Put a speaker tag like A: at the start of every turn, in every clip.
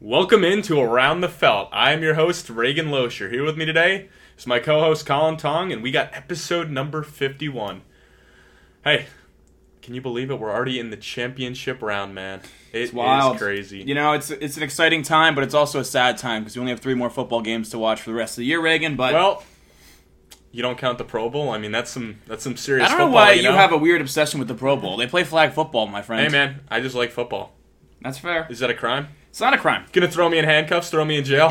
A: Welcome into Around the Felt. I am your host, Reagan Losher. Here with me today is my co host, Colin Tong, and we got episode number 51. Hey, can you believe it? We're already in the championship round, man. It
B: It's wild.
A: is crazy.
B: You know, it's it's an exciting time, but it's also a sad time because we only have three more football games to watch for the rest of the year, Reagan. But
A: well, you don't count the Pro Bowl? I mean, that's some that's some serious
B: I don't know
A: football,
B: why
A: you,
B: you have a weird obsession with the Pro Bowl. They play flag football, my friend.
A: Hey, man, I just like football.
B: That's fair.
A: Is that a crime?
B: It's not a crime.
A: Gonna throw me in handcuffs? Throw me in jail?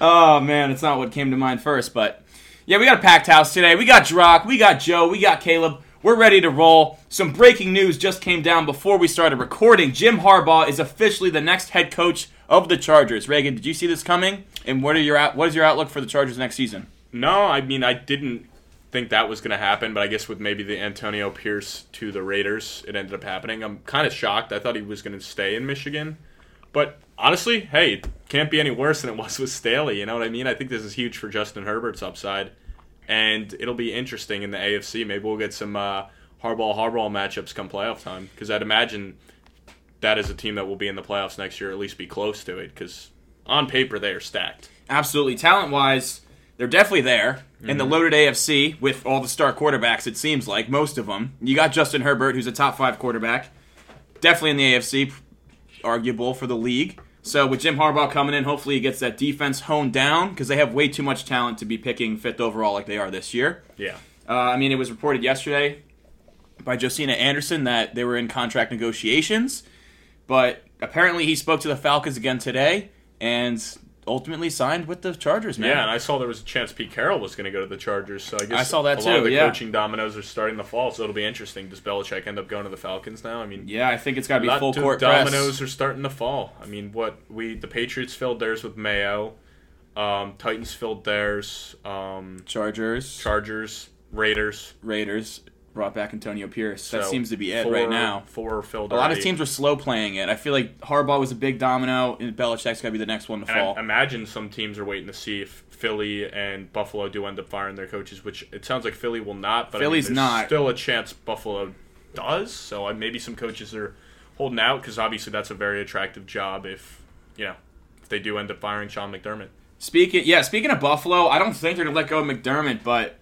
B: Oh man, it's not what came to mind first, but yeah, we got a packed house today. We got Drock, we got Joe, we got Caleb. We're ready to roll. Some breaking news just came down before we started recording. Jim Harbaugh is officially the next head coach of the Chargers. Reagan, did you see this coming? And what are your out- what is your outlook for the Chargers next season?
A: No, I mean I didn't think that was going to happen, but I guess with maybe the Antonio Pierce to the Raiders, it ended up happening. I'm kind of shocked. I thought he was going to stay in Michigan, but honestly, hey, it can't be any worse than it was with Staley. You know what I mean? I think this is huge for Justin Herbert's upside, and it'll be interesting in the AFC. Maybe we'll get some uh, Harbaugh Harbaugh matchups come playoff time because I'd imagine that is a team that will be in the playoffs next year, at least be close to it. Because on paper they are stacked.
B: absolutely talent wise they're definitely there in the loaded afc with all the star quarterbacks it seems like most of them you got justin herbert who's a top five quarterback definitely in the afc arguable for the league so with jim harbaugh coming in hopefully he gets that defense honed down because they have way too much talent to be picking fifth overall like they are this year
A: Yeah.
B: uh, i mean it was reported yesterday by josina anderson that they were in contract negotiations but apparently he spoke to the falcons again today and ultimately signed with the chargers man
A: Yeah, and I saw there was a chance Pete Carroll was going to go to the Chargers. So I guess
B: I saw that
A: a Lot
B: too,
A: of the
B: yeah.
A: coaching dominoes are starting to fall, so it'll be interesting. Does Belichick end up going to the Falcons now? I mean,
B: Yeah, I think it's got to
A: a
B: be
A: lot
B: full
A: of
B: court
A: dominoes
B: press.
A: are starting to fall. I mean, what we the Patriots filled theirs with Mayo, um, Titans filled theirs, um,
B: Chargers,
A: Chargers, Raiders.
B: Raiders brought back Antonio Pierce. That
A: So
B: seems to be it
A: four-
B: right now.
A: Four are filled.
B: A lot of teams are slow playing it. I feel like Harbaugh was a big domino, and Belichick's got to be the next one to
A: And
B: fall.
A: I imagine some teams are waiting to see if Philly and Buffalo do end up firing their coaches, which it sounds like Philly will not. But I mean,
B: Philly's
A: there's
B: not.
A: Still a chance Buffalo does. So I, maybe some coaches are holding out because obviously that's a very attractive job if you know if they do end up firing Sean McDermott.
B: Speaking, yeah, speaking of Buffalo, I don't think they're gonna let go of McDermott, but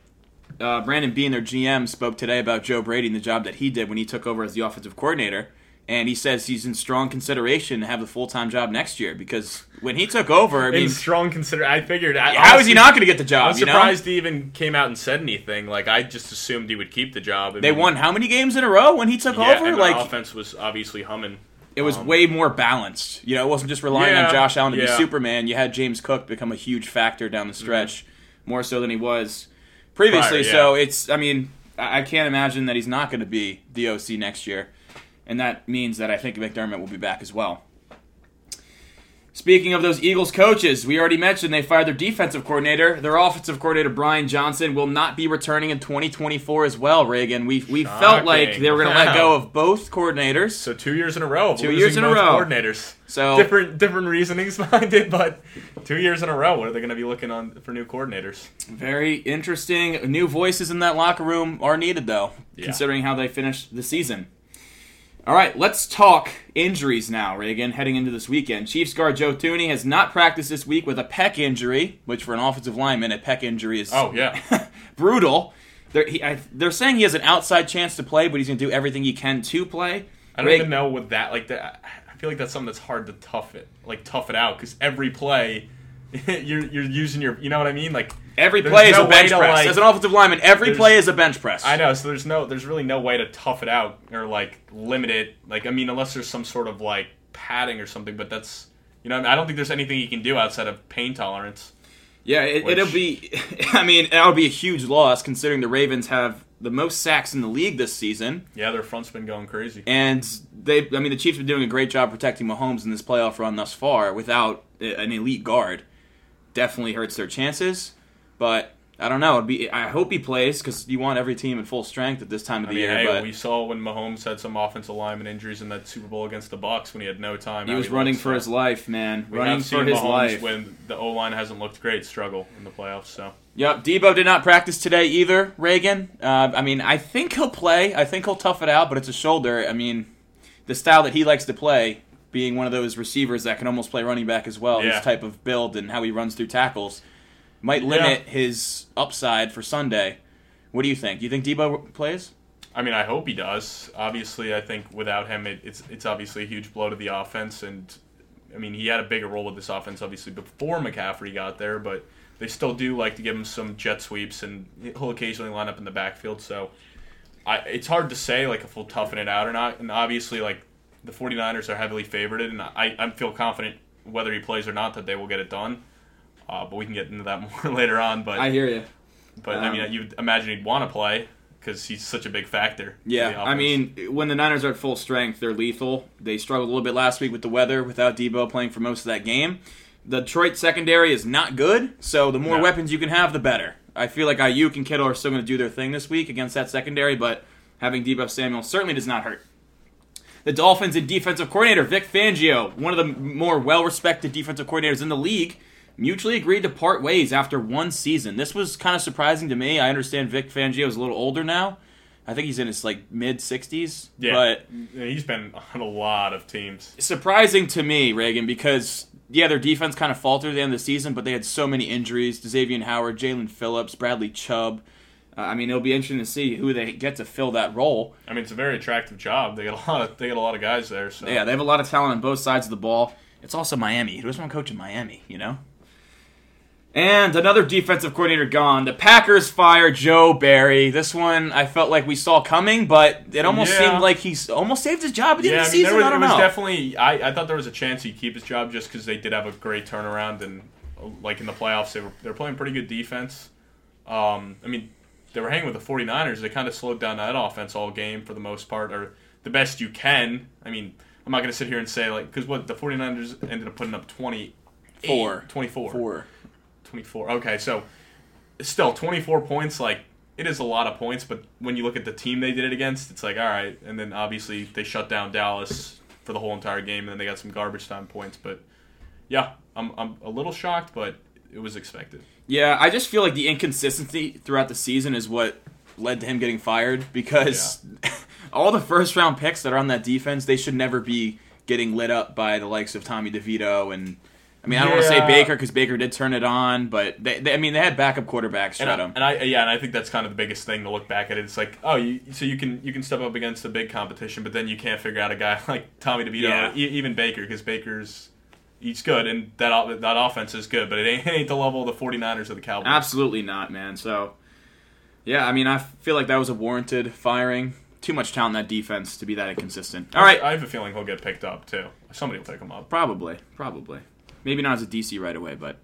B: uh, Brandon Bean, their GM, spoke today about Joe Brady and the job that he did when he took over as the offensive coordinator, and he says he's in strong consideration to have the full time job next year because when he took over, I
A: In
B: mean,
A: strong consider, I figured. I,
B: how is he
A: honestly,
B: not gonna get the job?
A: I'm
B: you know?
A: surprised he even came out and said anything. Like I just assumed he would keep the job. I
B: They
A: mean,
B: won how many games in a row when he took
A: Yeah,
B: over?
A: and
B: Like
A: the offense was obviously humming.
B: it was
A: um,
B: way more balanced. You know, it wasn't just relying
A: Yeah,
B: on Josh Allen to be
A: yeah. Mm-hmm.
B: Superman. You had James Cook become a huge factor down the stretch, more so than he was previously.
A: Prior, yeah.
B: So it's I mean, I I can't imagine that he's not going to be the OC next year. And that means that I think McDermott will be back as well. Speaking of those Eagles coaches, we already mentioned they fired their defensive coordinator. Their offensive coordinator Brian Johnson will not be returning in 2024 as well. Reagan, we we felt like
A: Shocking.
B: they were going to let
A: Wow.
B: go of both coordinators.
A: So two years in a row, of
B: Two
A: losing
B: years in a
A: both
B: row.
A: coordinators.
B: So
A: different different reasonings behind it, but two years in a row, what are they going to be looking on for new coordinators?
B: very interesting. New voices in that locker room are needed though,
A: Yeah.
B: considering how they finished the season. All right, let's talk injuries now, Reagan, heading into this weekend. Chiefs guard Joe Tooney has not practiced this week with a pec injury, which for an offensive lineman, a pec injury is
A: Oh yeah,
B: brutal. They're, he, I, they're saying he has an outside chance to play, but he's going to do everything he can to play.
A: I don't
B: Reg-
A: even know with that. Like that, I feel like that's something that's hard to tough it, like tough it out, because every play, you're you're using your, you know what I mean? Like
B: Every
A: there's
B: play is
A: no
B: a bench
A: way to,
B: press.
A: like-
B: As an offensive lineman, every
A: There's-
B: play is a bench press.
A: I know. So there's no, there's really no way to tough it out or like limit it. Like I mean, unless there's some sort of like padding or something, but that's. You know, what I, mean? I don't think there's anything you can do outside of pain tolerance.
B: Yeah, it,
A: Which-
B: it'll be. I mean, that'll be a huge loss considering the Ravens have the most sacks in the league this season,
A: Yeah, their front's been going crazy.
B: and they. I mean, the Chiefs have been doing a great job protecting Mahomes in this playoff run thus far. Without a- an elite guard, definitely hurts their chances. But I don't know. It'd be. I hope he plays because you want every team at full strength at this time of
A: I
B: the
A: mean,
B: year.
A: hey,
B: but
A: we saw when Mahomes had some offensive lineman injuries in that Super Bowl against the Bucks when he had no time.
B: he
A: how
B: was running
A: looked,
B: for
A: so.
B: his life, man.
A: We
B: running
A: have seen
B: for his
A: Mahomes
B: life.
A: when the O line hasn't looked great struggle in the playoffs. So
B: Yep, Debo did not practice today either. Reagan. Uh, I mean, I think he'll play. I think he'll tough it out, but it's a shoulder. I mean, the style that he likes to play being one of those receivers that can almost play running back as well,
A: Yeah.
B: his type of build and how he runs through tackles, might limit his upside for Sunday. What do you think? Do you think Debo plays?
A: I mean, I hope he does. Obviously, I think without him, it, it's it's obviously a huge blow to the offense. And I mean, he had a bigger role with this offense obviously before McCaffrey got there, but they still do like to give him some jet sweeps, and he'll occasionally line up in the backfield. So I, it's hard to say like if we'll toughen it out or not. And obviously, like the 49ers are heavily favored, and I I feel confident whether he plays or not that they will get it done. Uh, but we can get into that more later on. But
B: hear you.
A: but I mean,
B: Um,
A: you'd imagine he'd want to play because he's such a big factor. to the
B: Yeah, I
A: offense.
B: mean, when the Niners are at full strength, they're lethal. They struggled a little bit last week with the weather, without Debo playing for most of that game. The Detroit secondary is not good, so the more
A: No.
B: weapons you can have, the better. I feel like Ayuk and Kittle are still going to do their thing this week against that secondary, but having Debo Samuel certainly does not hurt. The Dolphins and defensive coordinator Vic Fangio, one of the more well-respected defensive coordinators in the league, mutually agreed to part ways after one season. This was kind of surprising to me. I understand Vic Fangio is a little older now. I think he's in his like mid 60s,
A: yeah,
B: but
A: he's been on a lot of teams.
B: surprising to me, Reagan, because yeah, their defense kind of faltered at the end of the season, but they had so many injuries: Xavier Howard, Jalen Phillips, Bradley Chubb. Uh, I mean, it'll be interesting to see who they get to fill that role.
A: I mean, it's a very attractive job. They got a lot of they got a lot of guys there. So
B: Yeah, they have a lot of talent on both sides of the ball. It's also Miami. Who doesn't want to coach in Miami, you know? And another defensive coordinator gone. The Packers fire Joe Barry. This one I felt like we saw coming, but it almost
A: Yeah.
B: seemed like he's almost saved his job at the
A: yeah,
B: end
A: I
B: of the
A: mean, there
B: season.
A: was,
B: I don't
A: it was
B: know.
A: definitely. I, I thought there was a chance he'd keep his job just because they did have a great turnaround and uh, like in the playoffs they were they're playing pretty good defense. Um, I mean, they were hanging with the 49ers. They kind of slowed down that offense all game for the most part, or the best you can. I mean, I'm not going to sit here and say like because what the 49ers ended up putting up 20.
B: Four.
A: 24.
B: Four.
A: 24. Okay, so still 24 points. Like it is a lot of points, but when you look at the team they did it against, it's like all right. And then obviously they shut down Dallas for the whole entire game, and then they got some garbage time points. But yeah, I'm I'm a little shocked, but it was expected.
B: Yeah, I just feel like the inconsistency throughout the season is what led to him getting fired because all the first round picks that are on that defense, they should never be getting lit up by the likes of Tommy DeVito and I mean, I don't want to say
A: Yeah.
B: Baker because Baker did turn it on, but they, they, I mean, they had backup quarterbacks.
A: And
B: Shut
A: I,
B: him.
A: and I yeah, and I think that's kind of the biggest thing to look back at it. It's like oh, you, so you can you can step up against a big competition, but then you can't figure out a guy like Tommy DeVito,
B: Yeah.
A: or e- even Baker, because Baker's. He's good, and that o- that offense is good, but it ain't, it ain't the level of the 49ers or the Cowboys.
B: Absolutely not, man. So, yeah, I mean, I feel like that was a warranted firing. Too much talent in that defense to be that inconsistent. All right,
A: I have a feeling he'll get picked up too. Somebody will pick him up.
B: Probably, probably. Maybe not as a DC right away, but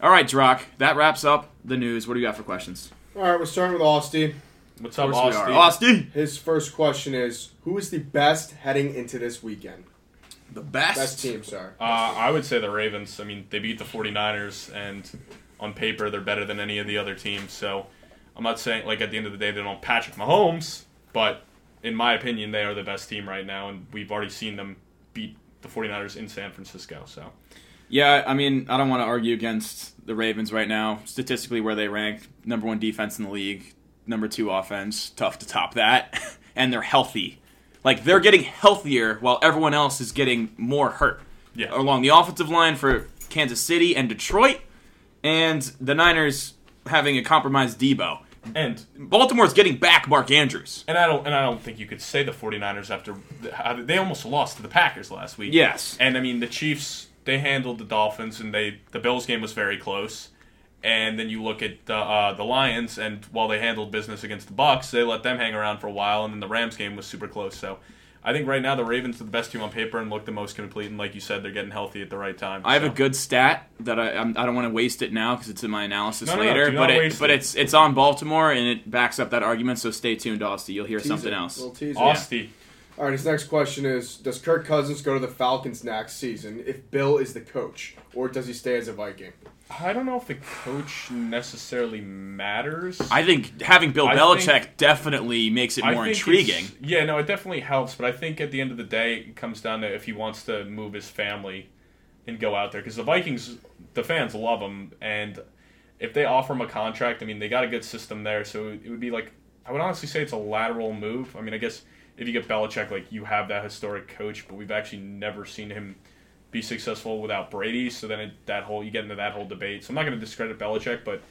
B: all right, Drock. That wraps up the news. What do you got for questions?
C: All right, we're starting with Austin.
A: What's up,
B: Of course we are.
A: Austin?
B: Austin,
C: His first question is Who is the best heading into this weekend?
B: the best.
C: Best team, sorry.
A: Uh, I would say the Ravens. I mean, they beat the 49ers, and on paper, they're better than any of the other teams. So I'm not saying, like, at the end of the day, they don't Patrick Mahomes, but in my opinion, they are the best team right now, and we've already seen them beat the 49ers in San Francisco. So
B: Yeah, I mean, I don't want to argue against the Ravens right now. Statistically, where they rank, number one defense in the league, number two offense, tough to top that. and they're healthy. Like, they're getting healthier while everyone else is getting more hurt.
A: Yeah.
B: Along the offensive line for Kansas City and Detroit, and the Niners having a compromised Debo.
A: and
B: Baltimore's getting back Mark Andrews.
A: and I don't and I don't think you could say the 49ers after how they almost lost to the Packers last week.
B: Yes.
A: And I mean, the Chiefs they handled the Dolphins, and they the Bills game was very close. And then you look at the uh, the Lions, and while they handled business against the Bucks, they let them hang around for a while, and then the Rams game was super close. So. I think right now the Ravens are the best team on paper and look the most complete, and like you said, they're getting healthy at the right time.
B: I have a
A: So,
B: good stat that I I'm, I don't want to waste it now because it's in my analysis
A: No, no, no,
B: later.
A: do not
B: but it,
A: waste
B: but
A: it.
B: it's it's on Baltimore and it backs up that argument. So stay tuned, Austin. You'll hear
C: Teaser,
B: something else.
C: Little teaser.
A: Austin.
C: All right, his next question is Does Kirk Cousins go to the Falcons next season if Bill is the coach, or does he stay as a Viking?
A: I don't know if the coach necessarily matters.
B: I think having Bill
A: I
B: Belichick definitely makes it more
A: think it's-
B: intriguing.
A: Yeah, no, it definitely helps, but I think at the end of the day, it comes down to if he wants to move his family and go out there because the Vikings, the fans love him, and if they offer him a contract, I mean, they got a good system there, so it would be like I would honestly say it's a lateral move. I mean, I guess if you get Belichick, like you have that historic coach, but we've actually never seen him be successful without Brady. So then it, that whole you get into that whole debate. So I'm not going to discredit Belichick, but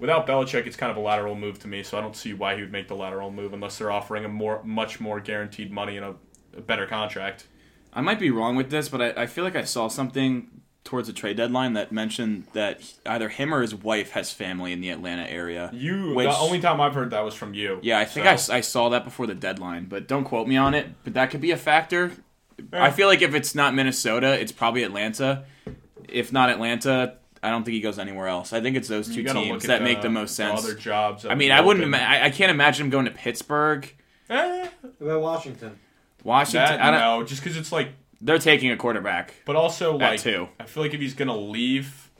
A: without Belichick, it's kind of a lateral move to me. So I don't see why he would make the lateral move unless they're offering him more, much more guaranteed money and a, a better contract.
B: I might be wrong with this, but I, I feel like I saw something towards the trade deadline that mentioned that he- either him or his wife has family in the Atlanta area.
A: You,
B: Which-
A: the only time I've heard that was from you.
B: Yeah, I think I s I I, saw that before the deadline, but don't quote me on it. But that could be a factor.
A: Yeah.
B: I feel like if it's not Minnesota, it's probably Atlanta. If not Atlanta, I don't think he goes anywhere else. I think it's those two
A: You gotta look
B: teams
A: at
B: that make the most sense.
A: Other jobs.
B: I mean, I wouldn't. Ima- I, I can't imagine him going to Pittsburgh,
D: What about Washington?
B: Washington. I
A: Eh, that,
B: don't,
A: no, just because it's like,
B: They're taking a quarterback.
A: but also
B: That
A: like,
B: too.
A: I feel like if he's gonna leave,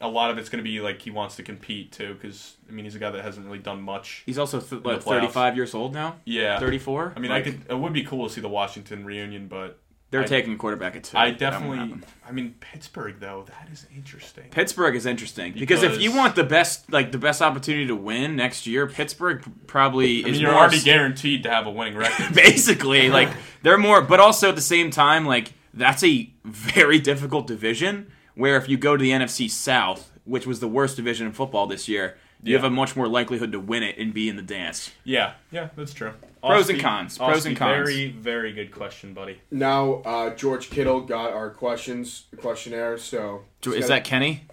A: a lot of it's gonna be like he wants to compete too. Because I mean, he's a guy that hasn't really done much.
B: He's also th-
A: the
B: what,
A: playoffs.
B: 35 years old now.
A: Yeah,
B: 34.
A: I mean,
B: Like,
A: I could. It would be cool to see the Washington reunion, but
B: They're
A: I-
B: taking a quarterback at two.
A: I
B: That won't
A: definitely.
B: happen.
A: I mean, Pittsburgh though, that is interesting.
B: Pittsburgh is interesting because, if
A: Because-
B: you want the best, like the best opportunity to win next year, Pittsburgh probably
A: I mean,
B: is
A: you're
B: more
A: already
B: s-
A: guaranteed to have a winning record.
B: basically like they're more, but also at the same time, like that's a very difficult division. Where if you go to the NFC South, which was the worst division in football this year, you
A: Yeah.
B: have a much more likelihood to win it and be in the dance.
A: yeah, yeah, that's true.
B: Pros and
A: Austin-
B: cons, pros
A: Austin,
B: and cons.
A: Very, very good question, buddy.
C: Now uh, George Kittle got our questions questionnaire, so
B: Is that Kenny?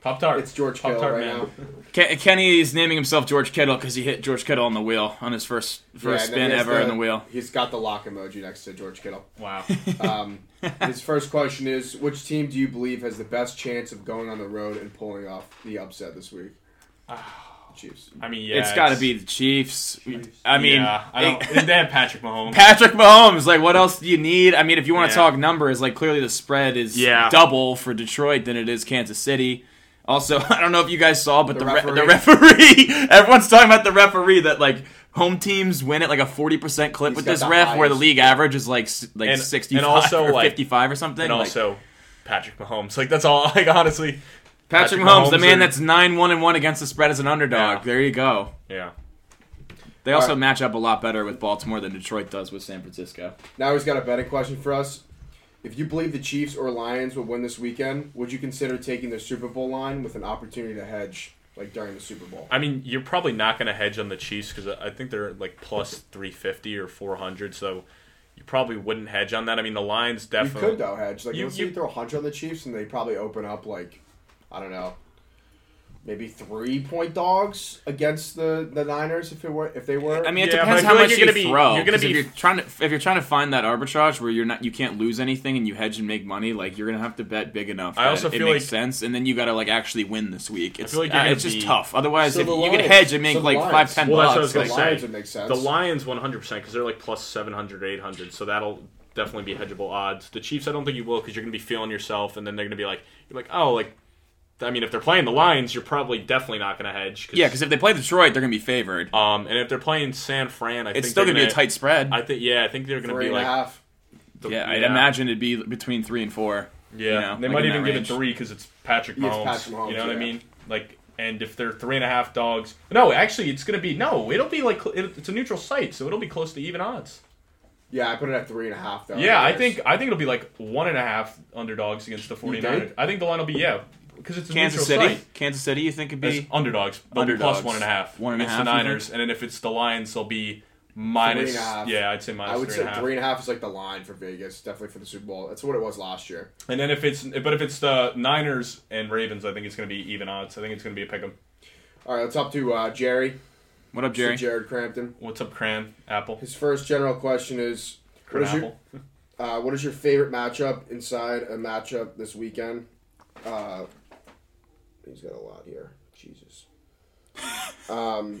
A: Pop tart.
C: It's George
A: Pop
C: Kittle
A: tart
C: right
A: man.
C: now.
B: Ke- Kenny is naming himself George Kittle because he hit George Kittle on the wheel on his first
C: Yeah,
B: first
C: and then
B: spin
C: he has
B: ever on the wheel.
C: He's got the lock emoji next to George Kittle.
A: Wow.
C: Um, his first question is: Which team do you believe has the best chance of going on the road and pulling off the upset this week? Chiefs.
A: I mean, yeah,
B: it's got to be the Chiefs. I mean,
A: yeah, I don't.
B: it-
A: they have Patrick Mahomes.
B: Patrick Mahomes. Like, what else do you need? I mean, if you want to
A: Yeah.
B: talk numbers, like clearly the spread is
A: Yeah.
B: double for Detroit than it is Kansas City. Also, I don't know if you guys saw, but the
C: The
B: re- the referee. everyone's talking about the referee that like home teams win at like a forty percent clip
C: He's
B: with
C: got
B: this
C: the
B: ref, where the
C: highest.
B: league average is like s- like
A: And- and
B: sixty five
A: also,
B: or
A: like-
B: fifty five or something.
A: and
B: like-
A: also Patrick Mahomes. Like that's all. Like honestly, Patrick
B: Patrick, Mahomes, the
A: Mahomes
B: man
A: and-
B: that's nine one and one against the spread as an underdog.
A: Yeah.
B: There you go.
A: yeah.
B: They also
C: right.
B: match up a lot better with Baltimore than Detroit does with San Francisco.
C: Now he's got a betting question for us. If you believe the Chiefs or Lions will win this weekend, would you consider taking their Super Bowl line with an opportunity to hedge, like during the Super Bowl?
A: I mean, you're probably not going to hedge on the Chiefs because I I think they're like plus three fifty or four hundred. So you probably wouldn't hedge on that. I mean, the Lions
C: You
A: definitely.
C: could though hedge. Like
A: You-
C: let's say you
A: you-
C: throw a hundred on the Chiefs and they probably open up like, I don't know, maybe three point dogs against the the Niners if it were if they were.
B: I mean, it
A: Yeah,
B: depends
A: but I
B: how
A: feel like you're
B: much you
A: gonna be-
B: throw.
A: you're gonna
B: 'cause if
A: be-
B: you're trying to if you're trying to find that arbitrage where you're not you can't lose anything and you hedge and make money, like you're gonna have to bet big enough.
A: I
B: that
A: also
B: it
A: feel
B: makes
A: like-
B: sense, and then you gotta like actually win this week. It's
A: feel like you're
B: uh,
A: gonna
B: it's just
A: be-
B: tough. Otherwise,
C: So
B: if
C: the
B: you could
C: Lions-
B: hedge and make
C: so the
B: like
C: Lions-
B: five ten
A: Well, that's what I
B: bucks,
A: was
B: like,
C: the
A: gonna
C: Lions
A: say.
C: would make sense.
A: The Lions 100% because they're like plus 700, 800. So that'll definitely be hedgeable odds. The Chiefs, I don't think you will because you're going to be feeling yourself, and then they're going to be like, you're like, oh, like, I mean, if they're playing the Lions, you're probably definitely not going to hedge.
B: yeah, because if they play Detroit, they're gonna be favored.
A: um, and if they're playing San Fran, I think
B: It's still
A: they're
B: gonna be a
A: gonna-
B: tight spread.
A: I think yeah, I think they're going to
C: three
A: be
C: and a
A: like
C: half.
A: the-
B: yeah, I'd imagine it'd be between three and four.
A: Yeah,
B: you know,
A: they
B: like
A: might
B: in
A: even
B: that
A: give
B: range.
A: it three because it's Patrick
C: Yeah, it's
A: Mahomes.
C: Patrick Mahomes,
A: you know what I
C: yeah.
A: mean? Like, and if they're three and a half dogs, no, actually, it's gonna be no. It'll be like cl- it, it's a neutral site, so it'll be close to even odds.
C: Yeah, I put it at three and a half though.
A: yeah, I
C: Niners.
A: think I think it'll be like one and a half underdogs against the 49ers.
C: think?
A: I think the line will be yeah because it's a
B: Kansas
A: neutral
B: City,
A: site.
B: Kansas City, you think would
A: That's
B: be
A: underdogs. They'll be
B: Underdogs.
A: plus one and a half
B: One and a
A: against
B: half, you
A: the Niners, and then if it's the Lions, they'll be
C: Three
A: minus.
C: and a half.
A: Yeah, I'd say minus
C: I would
A: three
C: say
A: and a half.
C: three and a half is like the line for Vegas, definitely for the Super Bowl. That's what it was last year.
A: And then if it's but if it's the Niners and Ravens, I think it's gonna be even odds. I think it's gonna be a pick 'em.
C: All right, let's up to uh, Jerry.
B: what up,
C: So
B: Jerry?
C: Jared Crampton.
A: What's up, Cran? Apple.
C: His first general question is: What
A: Cran
C: is your
A: Apple.
C: uh, what is your favorite matchup inside a matchup this weekend? Uh, he's got a lot here. Jesus. Um,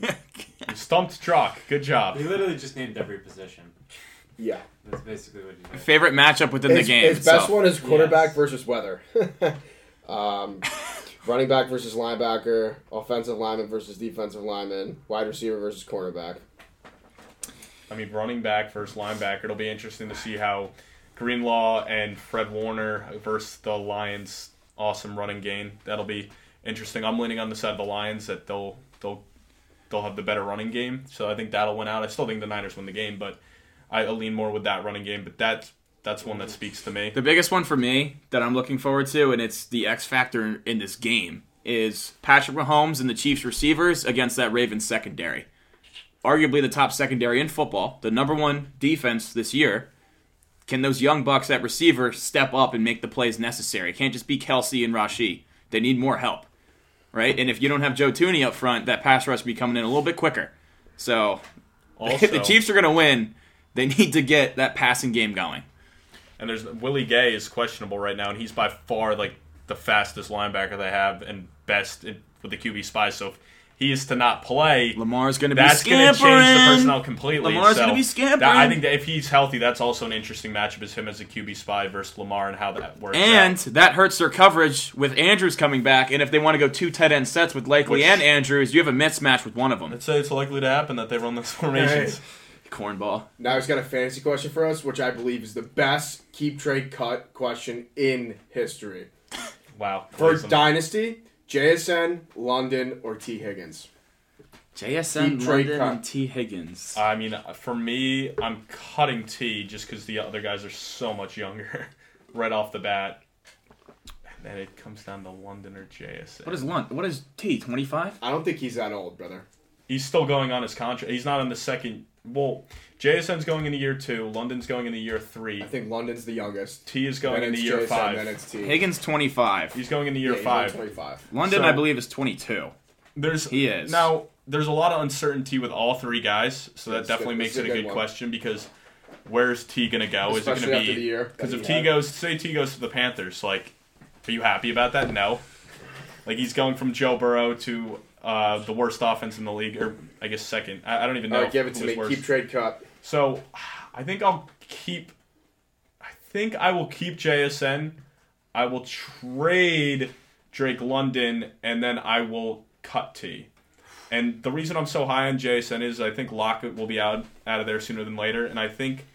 A: You stumped Trock. Good job.
D: He literally just named every position.
C: yeah.
D: That's basically what he did.
B: Favorite matchup within
C: his,
B: the game.
C: his best
B: itself.
C: one is quarterback
D: Yes.
C: versus weather. um, running back versus linebacker, offensive lineman versus defensive lineman, wide receiver versus cornerback.
A: I mean, running back versus linebacker. It'll be interesting to see how Greenlaw and Fred Warner versus the Lions' awesome running game. That'll be interesting. I'm leaning on the side of the Lions that they'll they'll they'll have the better running game. So I think that'll win out. I still think the Niners win the game, but I lean more with that running game, but that's that's one that speaks to me.
B: The biggest one for me that I'm looking forward to, and it's the X factor in, in this game, is Patrick Mahomes and the Chiefs receivers against that Ravens secondary. Arguably the top secondary in football, the number one defense this year. Can those young Bucks at receiver step up and make the plays necessary? It can't just be Kelsey and Rashi. They need more help, right? And if you don't have Joe Tooney up front, that pass rush will be coming in a little bit quicker. So
A: Also,
B: if the Chiefs are going to win, they need to get that passing game going.
A: and there's Willie Gay is questionable right now, and he's by far like the fastest linebacker they have and best in, with the QB spy. So if he is to not play,
B: Lamar's going to be
A: that's going to change the
B: scampering.
A: personnel completely.
B: Lamar's
A: so
B: gonna be scampering.
A: that- I think that if he's healthy, that's also an interesting matchup is him as a QB spy versus Lamar and how that works.
B: And
A: out.
B: that hurts their coverage with Andrews coming back. And if they want to go two tight end sets with Lakely
A: Which-
B: and Andrews, you have a mismatch with one of them.
A: I'd say it's likely to happen that they run those formations.
B: Cornball.
C: Now he's got a fantasy question for us, which I believe is the best keep trade cut question in history.
A: Wow,
C: For
A: Gleason.
C: Dynasty, JSN, London, or T. Higgins.
B: JSN
C: Keep
B: London
C: Drake up.
B: and T Higgins.
A: I mean, for me, I'm cutting T just because the other guys are so much younger right off the bat. And then it comes down to London or JSN.
B: What is Lund? What is T? Twenty five.
C: I don't think he's that old, brother.
A: He's still going on his contract. He's not on the second. Well, JSN's going into year two. London's going into year three.
C: I think London's the youngest.
A: T is going
C: then
A: into
C: it's
A: year
C: JSN,
A: five.
C: then it's T.
B: Higgins twenty five.
A: He's going into
C: Yeah,
A: year
C: he's only
A: five.
C: 25.
B: London,
A: So-
B: I believe, is twenty two.
A: There's
B: He is.
A: now. There's a lot of uncertainty with all three guys, so that
C: It's
A: definitely
C: good-
A: makes
C: it's a
A: it a
C: good
A: good
C: one.
A: question because where's T gonna go? is it
C: Especially
A: gonna
C: after
A: be
C: the year.
A: Because
C: that
A: if
C: he
A: T
C: had.
A: goes, say T goes to the Panthers, like, are you happy about that? No. Like he's going from Joe Burrow to uh, the worst offense in the league, or I guess second. I, I don't even know.
C: All right, give it
A: who
C: to
A: was
C: me.
A: worse.
C: Keep trade cut.
A: so I think I'll keep. I think I will keep JSN. I will trade Drake London, and then I will cut T. And the reason I'm so high on JSN is I think Lockett will be out out of there sooner than later, and I think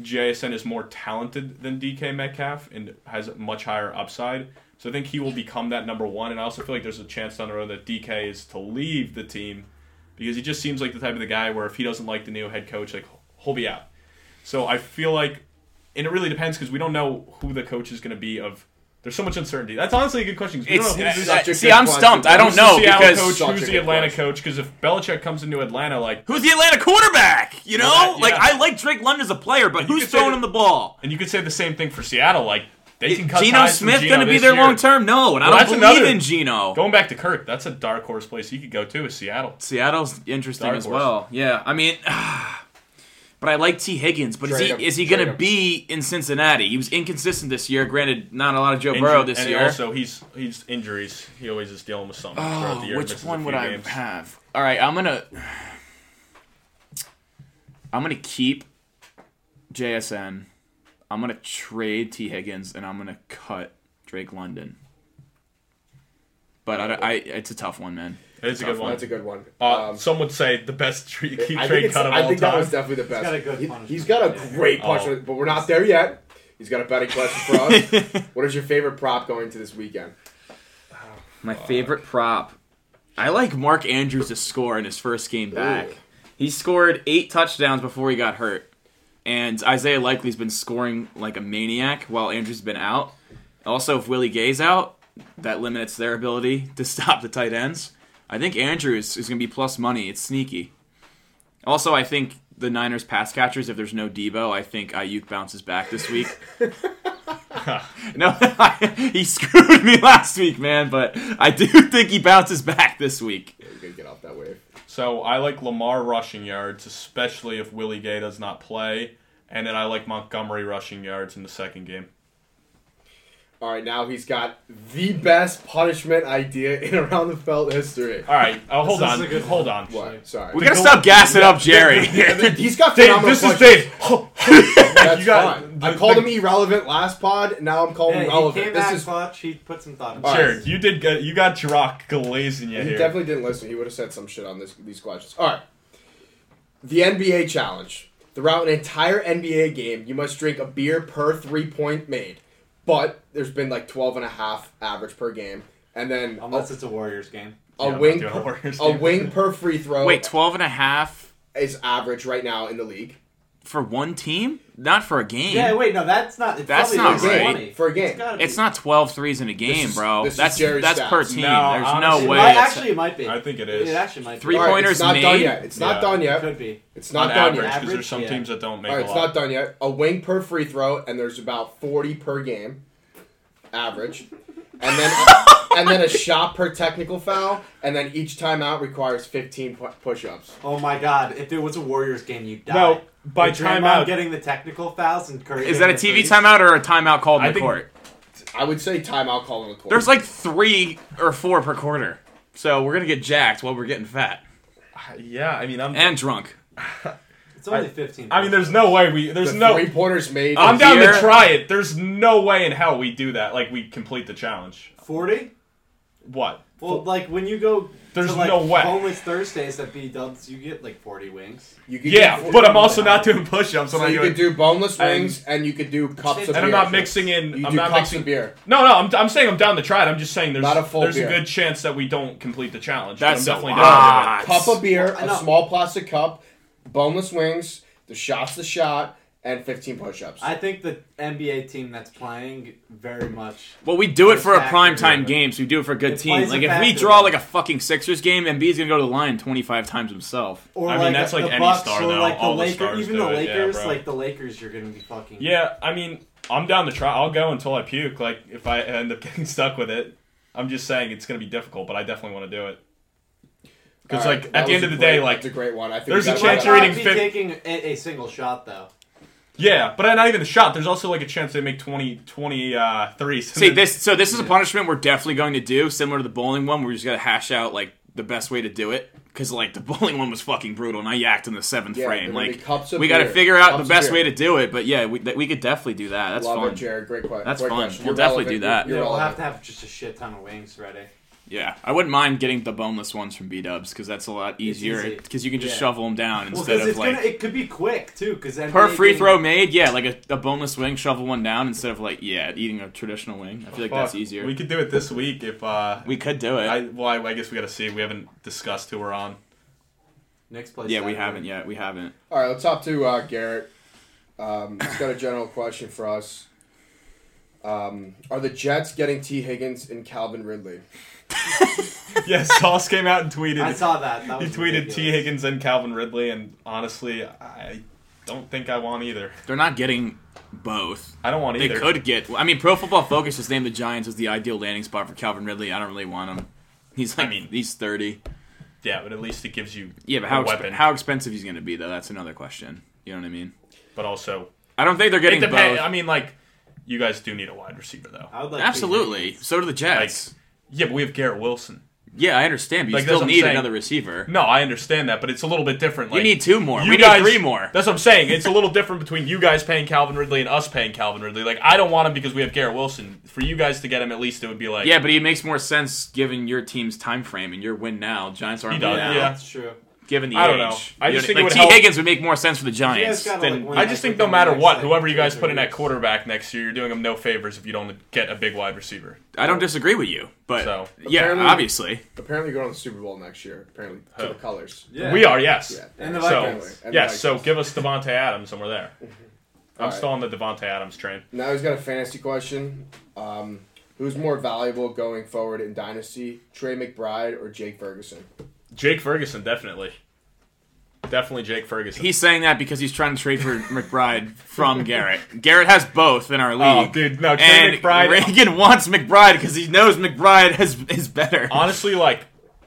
A: JSN is more talented than DK Metcalf and has much higher upside. So I think he will become that number one. And I also feel like there's a chance down the road that DK is to leave the team because he just seems like the type of the guy where if he doesn't like the new head coach, like he'll be out. So I feel like, and it really depends because we don't know who the coach is going to be. Of there's so much uncertainty. That's honestly a good question. 'cause we
B: It's
A: don't know who's,
C: uh,
A: who's
C: such a
B: see,
C: good
B: I'm
C: question.
B: stumped. I don't
C: Who's
A: the
B: know
A: Seattle
B: Oh, because
A: coach,
C: Such
A: who's
C: a
A: the
C: good
A: Atlanta
C: question.
A: coach? Because if Belichick comes into Atlanta, like
B: who's the Atlanta quarterback? You know,
A: Well, that-
B: like
A: yeah.
B: I like Drake London as a player, but
A: you
B: who's
A: could say
B: throwing
A: that-
B: him the ball?
A: And you could say the same thing for Seattle. Like they can cut
B: Geno
A: ties from
B: Smith
A: Geno
B: going to be
A: this
B: there
A: year.
B: long term? No, and
A: Well,
B: I
A: that's
B: don't believe
A: another-
B: in Geno.
A: Going back to Kirk, that's a dark horse place you could go to is Seattle.
B: Seattle's interesting
A: Dark
B: as
A: horse.
B: well. Yeah, I mean, but I like T. Higgins. But is
C: Trade
B: he
C: him.
B: is he
C: Trade
B: going to
C: him.
B: be in Cincinnati? He was inconsistent this year. Granted, not a lot of Joe
A: Inju-
B: Burrow this
A: and
B: year.
A: also he's he's injuries. He always is dealing with something throughout the
B: oh,
A: year.
B: which
A: misses a
B: one
A: few
B: would I
A: games.
B: have? All right, I'm gonna I'm gonna keep JSN. I'm gonna trade T. Higgins, and I'm gonna cut Drake London. But I, I it's a tough one, man.
A: It's a good one.
C: That's a good one.
A: Uh,
C: Um,
A: some would say the best tree, keep
C: I think,
A: trade
C: it's-
A: cut of
C: I
A: all
C: think that was
A: time.
C: definitely the best.
D: got a good
C: He-
D: punishment.
C: he's got a great
A: Oh.
C: punishment, but we're not there yet. He's got a betting question for us. what is your favorite prop going to this weekend?
B: My favorite prop. I like Mark Andrews to score in his first game back.
C: Ooh.
B: He scored eight touchdowns before he got hurt. And Isaiah Likely's been scoring like a maniac while Andrews has been out. Also, if Willie Gay's out, that limits their ability to stop the tight ends. I think Andrews is going to be plus money. It's sneaky. Also, I think the Niners pass catchers, if there's no Debo, I think Ayuk bounces back this week. No, he screwed me last week, man. But I do think he bounces back this week.
C: Yeah, you gotta get off that wave.
A: So I like Lamar rushing yards, especially if Willie Gay does not play, and then I like Montgomery rushing yards in the second game.
C: All right, now he's got the best punishment idea in around the felt history.
A: All right, oh, hold
D: This is
A: on,
D: a good
A: hold on.
C: What? Sorry.
B: We gotta stop gassing up Jerry.
C: he's got
A: Dave,
C: phenomenal
A: this is
C: punishment.
A: Dave.
C: That's
A: You got-
C: fine.
A: the-
C: I called
A: the-
C: him irrelevant last pod. Now I'm calling him
D: Hey, he came
C: relevant. This
D: back
C: is.
D: clutch. He put some thought into
C: All
D: it.
C: right.
A: Jared, you did get you got Jirac glazing you
C: He
A: here.
C: definitely didn't listen. He would have said some shit on this, these questions. All right. The NBA challenge. Throughout an entire NBA game, you must drink a beer per three point made. But there's been like 12 and a half average per game. And then
D: Unless
C: a,
D: it's a Warriors game.
A: Yeah, I'm
C: a
A: not
C: wing
A: doing a
C: per,
A: Warriors
C: a
A: game.
C: wing per free throw
B: Wait, 12 and a half
C: is average right now in the league.
B: for one team, not for a game.
D: Yeah, wait, no, that's not. It's
B: That's
D: probably
B: not
D: like
B: right.
D: 20.
C: For a game.
D: It's, gotta be.
B: It's not 12 threes in a game,
C: is-
B: bro.
C: this is
B: That's
C: Jerry
B: that's per
C: Stotts.
B: team.
A: No,
B: There's
A: honestly,
B: no way.
A: my-
B: it's-
D: actually, it might be.
A: I think it
D: It
A: is.
D: actually might. be.
B: Three-
C: All
B: Three-pointers
C: it's not done
B: made?
C: yet. It's
A: Yeah.
C: not done
D: It
C: yet.
D: could be.
C: It's
A: on
C: not done
A: average
C: yet.
A: because there's some
D: Yeah.
A: teams that don't make
C: All right,
A: a
C: it's
A: lot.
C: not done yet. A wing per free throw, and there's about forty per game, average, and then and then a shot per technical foul, and then each timeout requires fifteen pu- push-ups.
D: Oh my god! If it was a Warriors game, you'd die.
A: No, by
D: With Draymond
A: timeout-
D: getting the technical fouls and Curry.
B: Is that a
D: getting
B: TV
D: the threes.
B: timeout or a timeout called in
A: I
B: the
A: think-
B: court?
C: I would say timeout call on the court.
B: There's like three or four per quarter. So we're gonna get jacked while we're getting fat
A: Yeah, I mean, I'm.
B: and drunk.
D: It's only fifteen.
A: I mean, there's no way we. There's
C: the
A: no.
C: three pointers made.
A: I'm down
B: Here-
A: to try it. There's no way in hell we do that. Like we complete the challenge.
D: forty.
A: What?
D: Well, like when you go.
A: There's
D: to, like,
A: no way.
D: Homeless Thursdays at B Dubs, you get like forty wings.
C: You could
A: Yeah,
C: do-
A: but I'm also not doing push-ups. I'm
C: So
A: not
C: you
A: doing-
C: could do boneless
A: And-
C: wings, and, you could do cups of
D: And
C: beer.
A: and I'm not mixing in.
C: You
A: I'm
C: do
A: not
C: cups
A: mixing
C: of beer.
A: No, no, I'm, I'm saying I'm down to try it. I'm just saying there's
C: Not a full
A: there's
C: beer.
A: a good chance that we don't complete the challenge. but
B: That's
A: I'm definitely
B: a
A: down to do it.
B: lot.
C: Cup of beer,
D: I
C: a
D: know.
C: small plastic cup, boneless wings, the shot's the shot, and 15 push-ups.
D: I think the NBA team that's playing very much.
B: Well, we do it
D: It's
B: for a
D: factor,
B: primetime
D: yeah.
B: game, so we do it for a good
D: It
B: team.
D: plays a
B: Like if we
D: factor,
B: draw
D: though.
B: like a fucking Sixers game, Embiid's gonna go to the line 25 times himself.
D: Or
A: I mean,
D: like
A: that's
D: the
A: like any
D: Bucks,
A: star,
D: or
A: though.
D: like the
A: All the
D: Lakers,
A: stars
D: even
A: do
D: the
A: it. Yeah,
D: Lakers,
A: bro.
D: like the Lakers, you're gonna be fucking.
A: Yeah, I mean, I'm down to try. I'll go until I puke. Like if I end up getting stuck with it, I'm just saying it's gonna be difficult, but I definitely want to do it. Because
C: All right,
A: like
C: that
A: at the
C: was
A: end
C: a
A: of the
C: great-
A: day, like
C: that's a great one. I think
A: there's
C: we
A: a
C: got
A: chance
C: that
A: you're
C: one.
A: eating
D: be
A: fif-
D: taking a, a single shot though.
A: yeah, but not even the shot. There's also like a chance they make 20, 20 uh, threes.
B: See this, so this is a punishment we're definitely going to do, similar to the bowling one. We're just gonna hash out like the best way to do it because like the bowling one was fucking brutal, and I yacked in the seventh
C: Yeah,
B: frame.
C: there would be
B: Like
C: cups of
B: we got to
C: beer,
B: figure out
C: cups
B: the
C: of
B: best
C: beer.
B: way to do it. But yeah, we, that, we could definitely do that. That's
C: Love
B: fun.
C: it, Jared. Great question.
B: That's
C: great
B: fun.
C: Question.
B: We'll
C: You're
B: definitely
C: relevant.
B: do that.
C: You're
D: Yeah, we'll
C: relevant.
D: have to have just a shit ton of wings ready.
B: Yeah, I wouldn't mind getting the boneless ones from B Dubs because that's a lot easier
D: easy.
B: because you can just
D: Yeah.
B: shovel them down
D: Well,
B: instead
D: because
B: of
D: it's
B: like
D: gonna, it could be quick too. Because
B: per free throw made. Yeah, like a, a boneless wing, shovel one down instead of like yeah eating a traditional wing. I feel like that's easier.
A: We
B: We,
A: could do it this week if uh,
B: could do it.
A: I well I, I guess we got to see. We haven't discussed who we're on.
D: Next place.
B: yeah, we haven't yet. We haven't.
C: All right, let's hop to uh, Garrett. Um, he's got a general question for us. Um, are the Jets getting T. Higgins and Calvin Ridley?
A: yeah, Sauce came out and tweeted.
D: I saw that. that
A: He tweeted
D: was
A: T.
D: ridiculous.
A: Higgins and Calvin Ridley, and honestly, I don't think I want either.
B: They're not getting both.
A: I don't want
B: They
A: either.
B: could get. I mean, Pro Football Focus just named the Giants as the ideal landing spot for Calvin Ridley. I don't really want him. He's like
A: I mean-
B: he's thirty.
A: Yeah, but at least it gives you
B: Yeah, but how
A: a weapon.
B: exp- how expensive he's going to be though? That's another question. You know what I mean?
A: but also,
B: I don't think they're
A: it
B: getting
A: depends.
B: both.
A: I mean, like, you guys do need a wide receiver, though.
D: I would like
B: Absolutely. So do the
A: Like,
B: Jets.
A: yeah, but we have Garrett Wilson.
B: yeah, I understand, but you
A: Like, that's
B: still
A: what I'm
B: need
A: saying.
B: another receiver.
A: No, I understand that, but it's a little bit different. Like,
B: you need two more.
A: you
B: we
A: guys-
B: need three more.
A: That's what I'm saying. It's a little different between you guys paying Calvin Ridley and us paying Calvin Ridley. Like, I don't want him because we have Garrett Wilson. For you guys to get him, at least it would be like,
B: Yeah, but it makes more sense given your team's time frame and your win now. Giants aren't
A: He
B: win
A: does,
B: now.
D: Yeah,
A: yeah.
D: that's true.
B: Given the
A: I
B: age,
A: don't know. I
B: You
A: just think it
B: like
A: would
B: T
A: help-
B: Higgins would make more sense for the
D: You guys
B: Giants.
D: gotta,
A: then
D: like, win,
A: I just
D: like,
A: think no
D: within
A: matter
D: the next,
A: what,
D: like,
A: whoever you
D: two or
A: guys
D: three
A: put in at
D: weeks.
A: quarterback next year, you're doing them no favors if you don't get a big wide receiver.
B: I don't disagree with you, but
A: So.
B: yeah,
C: Apparently-
B: obviously.
C: Apparently, going to the Super Bowl next year. Apparently, to
A: Who?
C: the colors.
D: Yeah.
A: We are, yes.
C: Yeah.
D: And the
A: So,
D: Vikings.
C: And the
A: yes, so
C: Vikings.
A: give us Devonte Adams and we're there. I'm
C: All right.
A: still on the Devonte Adams train.
C: Now he's got a fantasy question. Um, who's more valuable going forward in Dynasty, Trey McBride or Jake Ferguson?
A: Jake Ferguson, definitely. Definitely Jake Ferguson.
B: He's saying that because he's trying to trade for McBride from Garrett. Garrett has both in our
A: oh,
B: league.
A: dude, no, Trey
B: and
A: McBride.
B: Reagan wants McBride because he knows McBride has, is better.
A: honestly, like,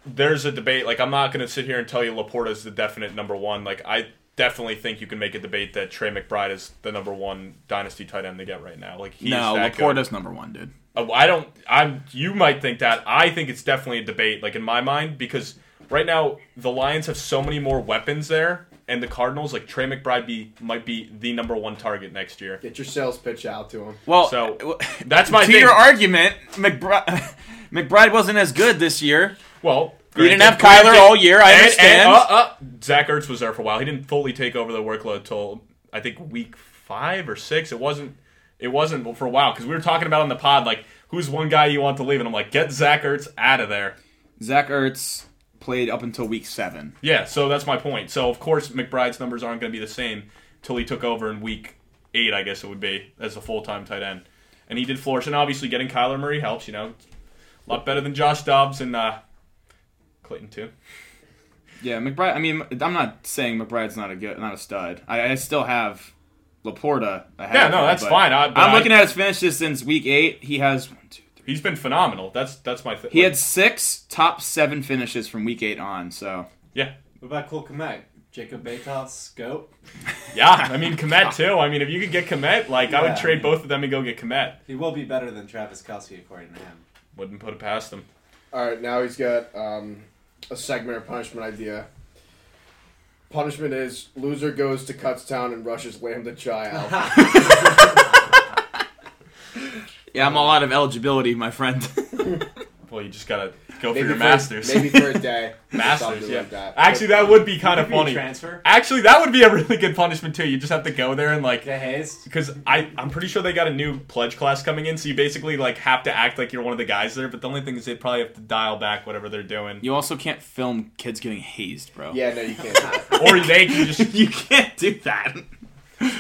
A: there's a debate. Like, I'm not going to sit here and tell you Laporta's the definite number one. Like, I definitely think you can make a debate that Trey McBride is the number one dynasty tight end they get right now. Like, he's
B: no,
A: that good.
B: Laporta's number one, dude.
A: Uh, I don't. I'm. You might think that. I think it's definitely a debate, like in my mind, because right now the Lions have so many more weapons there, and the Cardinals, like Trey McBride, be might be the number one target next year.
C: Get your sales pitch out to him.
B: Well,
A: So,
B: uh,
A: that's my
B: to
A: thing.
B: your argument, McBride, McBride wasn't as good this year.
A: Well,
B: You didn't have
A: granted-
B: Kyler all year.
A: And-
B: I
A: and,
B: understand.
A: uh, uh, Zach Ertz was there for a while. He didn't fully take over the workload till I think week five or six. It wasn't. It wasn't for a while because we were talking about on the pod like who's one guy you want to leave, and I'm like get Zach Ertz out of there.
B: Zach Ertz played up until week seven.
A: Yeah, so that's my point. So of course McBride's numbers aren't going to be the same, till he took over in week eight, I guess it would be, as a full time tight end. And he did flourish. And obviously, getting Kyler Murray helps, you know. A lot better than Josh Dobbs and uh, Clayton, too.
B: Yeah, McBride. I mean, I'm not saying McBride's not a good, not a stud. I, I still have Laporta. Ahead
A: Yeah,
B: of
A: no,
B: him,
A: that's
B: but
A: fine. I, but
B: I'm
A: I-
B: looking at his finishes since week eight. He has one, two, three.
A: He's been phenomenal. That's that's my thing.
B: He had six top seven finishes from week eight on. So
D: What about Cole Komet? Jacob Batoth, Scope.
A: yeah, I mean, Komet, too. I mean, if you could get Komet, like, I
D: Yeah,
A: would
D: I
A: trade
D: mean-
A: both of them and go get Komet.
D: He will be better than Travis Kelsey, according to him.
A: Wouldn't put it past them.
C: All right, now he's got um, a segment or punishment idea. Punishment is loser goes to Cutstown and rushes Lambda Chi out.
B: yeah, I'm all out of eligibility, my friend.
A: Well, you just gotta go for
C: Maybe
A: your
C: for-
A: masters.
C: Maybe for a day.
A: masters,
C: Something
A: yeah.
C: like that.
A: Actually, that would be kind of
D: Could be a
A: funny.
D: transfer.
A: Actually, that would be a really good punishment too. You just have to go there and like
D: De Hayes.
A: because I I'm pretty sure they got a new pledge class coming in, so you basically like have to act like you're one of the guys there. But the only thing is they probably have to dial back whatever they're doing,
B: you also can't film kids getting hazed, bro.
C: Yeah, no, you can't.
A: or they can just.
B: you can't do that.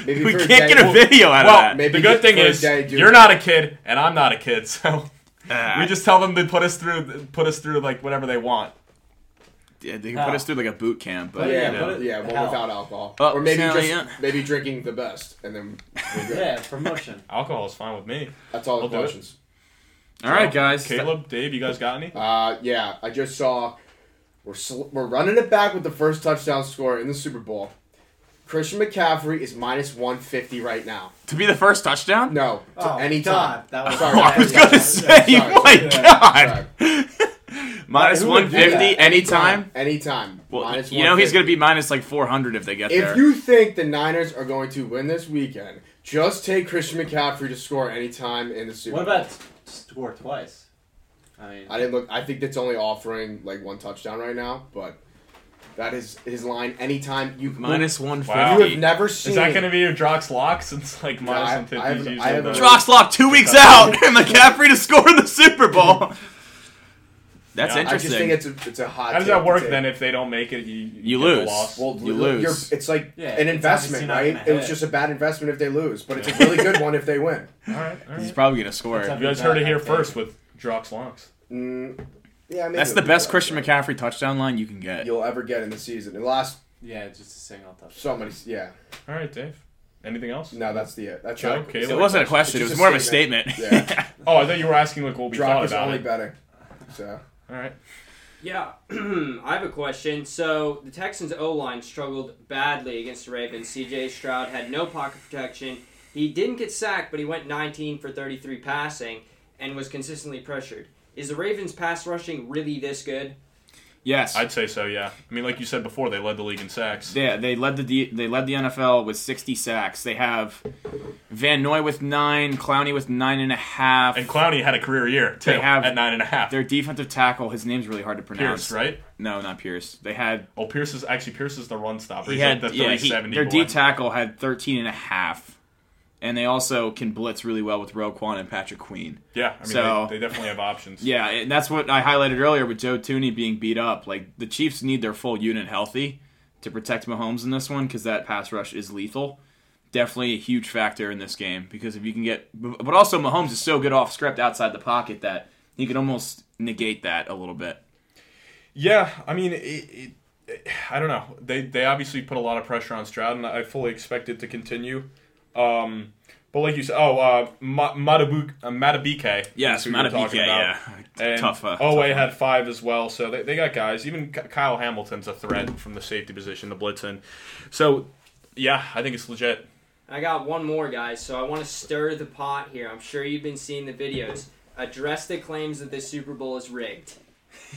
C: Maybe
B: we
C: for a
B: can't
C: day.
B: get a video out
A: Well,
B: of that.
C: maybe
A: the good
C: just
A: thing
C: for a
A: is
C: day, dude.
A: you're not a kid and I'm not a kid, so
B: Ah,
A: we just tell them to put us through put us through like whatever they want.
B: yeah, they can put
A: Ah.
B: us through like a boot camp, but
C: yeah,
B: you
D: but
B: know.
D: it-
C: yeah, one
D: Hell.
C: without alcohol,
B: Oh,
C: or maybe
B: sound
C: just
B: like that.
C: maybe drinking the best, and then we're good.
D: Yeah, promotion.
A: Alcohol is fine with me.
C: that's all the
A: I'll do it.
C: questions.
B: all right, guys.
A: Caleb, Dave, you guys got any?
C: Uh, yeah, I just saw we're sl- we're running it back with the first touchdown score in the Super Bowl. Christian McCaffrey is minus one fifty right now.
B: To be the first touchdown?
C: No, to
D: Oh,
C: any time.
D: God, that was
C: Sorry,
B: Oh, I was
C: Yeah,
B: gonna
C: yeah,
B: say,
C: yeah,
B: my
D: sorry.
B: God. Minus
A: Who would do
B: 150
C: that?
B: anytime.
C: Anytime.
B: Well,
C: minus
B: you know he's
C: 150.
B: going to be minus like 400 if they get
C: If
B: there.
C: you think the Niners are going to win this weekend, just take Christian McCaffrey to score anytime in the Super
D: What
C: Bowl.
D: about score twice? I mean,
C: I didn't look. I think that's only offering like one touchdown right now, but that is his line. Anytime you
B: minus
C: you
A: Wow.
C: have
B: 150.
C: never seen.
A: Is that going to be your Drox lock since like
C: I-
A: minus one fifty?
C: I
A: is
C: haven't- I
A: usually
C: haven't-
A: the-
B: Dross lock two weeks out and McCaffrey to score in the Super Bowl. That's
A: Yeah.
C: I just think
B: interesting.
C: it's a, it's a hot.
A: How does
C: take
A: that
C: to
A: work
C: take.
A: then? If they don't make it, you, you,
B: You
A: get the
B: lose.
A: loss?
C: Well,
B: You
C: lo-
B: lose.
C: you're- It's like
D: Yeah,
C: an
D: it's
C: investment,
D: obviously not
C: right?
D: gonna
C: It was
D: hit.
C: just a bad investment if they lose, but it's a really good one if they win.
A: all right, all
B: He's
A: right.
B: probably going to score.
D: That's
A: You guys heard it here first with Drox locks.
C: Mm, yeah, maybe
B: That's
C: it'll
B: the
C: be
B: best
C: better,
B: Christian
C: but
B: McCaffrey touchdown line you can get.
C: you'll ever get in the season. It lasts
D: yeah, just a single touchdown.
C: so many. Yeah,
A: All right, Dave. Anything else?
C: no, that's the it. That's
A: Joe,
C: not-
A: Caleb?
B: It wasn't a question. It
C: It's
B: was
C: just
B: more of
C: a
B: a statement.
C: Yeah.
A: Oh, I thought you were asking like what we
C: Drock
A: thought
C: is
A: about
C: only
A: it.
C: betting. So
A: All right.
E: Yeah, I have a question. So the Texans' O line struggled badly against the Ravens. C.J. Stroud had no pocket protection. He didn't get sacked, but he went 19 for 33 passing and was consistently pressured. Is the Ravens' pass rushing really this good?
B: yes.
A: I'd say so. Yeah. I mean, like you said before, they led the league in sacks.
B: Yeah, they led the D, they led the NFL with 60 sacks. They have Van Noy with nine, Clowney with nine and a half.
A: And Clowney had a career year too,
B: They have-
A: at nine and a half.
B: Their defensive tackle, his name's really hard to pronounce.
A: Pierce, right?
B: No, not Pierce. They had
A: Oh, Pierce is actually Pierce is the run stopper.
B: he
A: He's
B: had
A: like the
B: yeah, he,
A: 370
B: their
A: boy.
B: D tackle had 13 and a half. And they also can blitz really well with Roquan and Patrick Queen.
A: Yeah, I mean,
B: So-
A: they, they definitely have options.
B: Yeah, and that's what I highlighted earlier with Joe Tooney being beat up. Like the Chiefs need their full unit healthy to protect Mahomes in this one because that pass rush is lethal. Definitely a huge factor in this game because if you can get, but also Mahomes is so good off script outside the pocket that he can almost negate that a little bit.
A: Yeah, I mean, it, it, I don't know. They they obviously put a lot of pressure on Stroud, and I fully expect it to continue. Um, but like you said, oh, uh, Ma- Matabuk, uh, Matabike. is
B: Yes,
A: who you were
B: Matabike,
A: talking about.
B: yeah,
A: And
B: tough. Uh, tough
A: Owe
B: one.
A: had five as well, so they, they got guys. Even K- Kyle Hamilton's a threat from the safety position, the blitzing. So, yeah, I think it's legit.
E: I got one more, guys, so I want to stir the pot here. I'm sure you've been seeing the videos. Address the claims that this Super Bowl is rigged.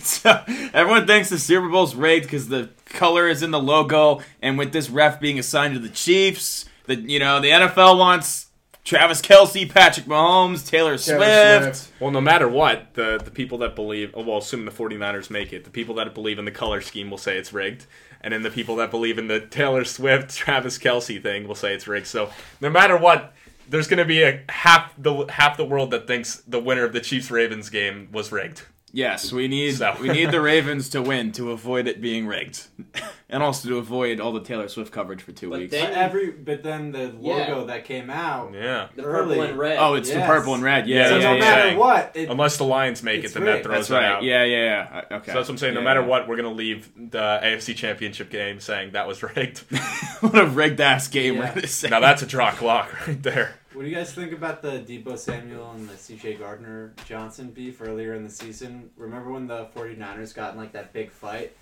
B: so everyone thinks the Super Bowl's rigged because the color is in the logo, and with this ref being assigned to the Chiefs, the you know the NFL wants Travis Kelsey, Patrick Mahomes, Taylor,
C: Taylor
B: Swift.
A: Well, no matter what, the, the people that believe, oh, well, assume the 49ers make it, the people that believe in the color scheme will say it's rigged. And then the people that believe in the Taylor Swift, Travis Kelsey thing will say it's rigged. So no matter what, there's going to be a half the half the world that thinks the winner of the Chiefs Ravens game was rigged.
B: Yes, we need
A: So-
B: we need the Ravens to win to avoid it being rigged, and also to avoid all the Taylor Swift coverage for two
E: But
B: weeks.
E: they-
D: But every but then the logo that came out.
A: Yeah.
E: The purple
D: Early.
E: and red.
B: oh, it's the
D: Yes.
B: purple and red.
A: Yeah,
B: Yeah,
D: so
B: yeah,
D: no
B: yeah,
D: matter
A: yeah.
D: what, it,
A: Unless the Lions make
D: It's
A: it, then that
D: rigged.
A: throws
B: That's
A: it
B: right.
A: out.
B: Yeah, yeah, yeah. Uh, Okay.
A: So that's what I'm saying. No
B: Yeah,
A: matter
B: yeah.
A: what, we're gonna leave the AFC Championship game saying that was rigged.
B: what a rigged ass game
D: Yeah.
B: we're gonna say.
A: now that's a draw clock right there.
D: what do you guys think about the Debo Samuel and the CJ Gardner Johnson beef earlier in the season? Remember when the 49ers got in like that big fight?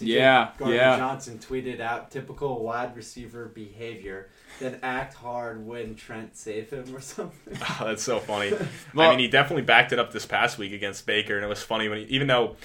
B: Yeah,
D: Gardner
B: yeah.
D: Johnson tweeted out typical wide receiver behavior, then act hard when Trent save him or something.
A: Oh, that's so funny. I
B: Well-
A: mean, he definitely backed it up this past week against Baker, and it was funny when he, even though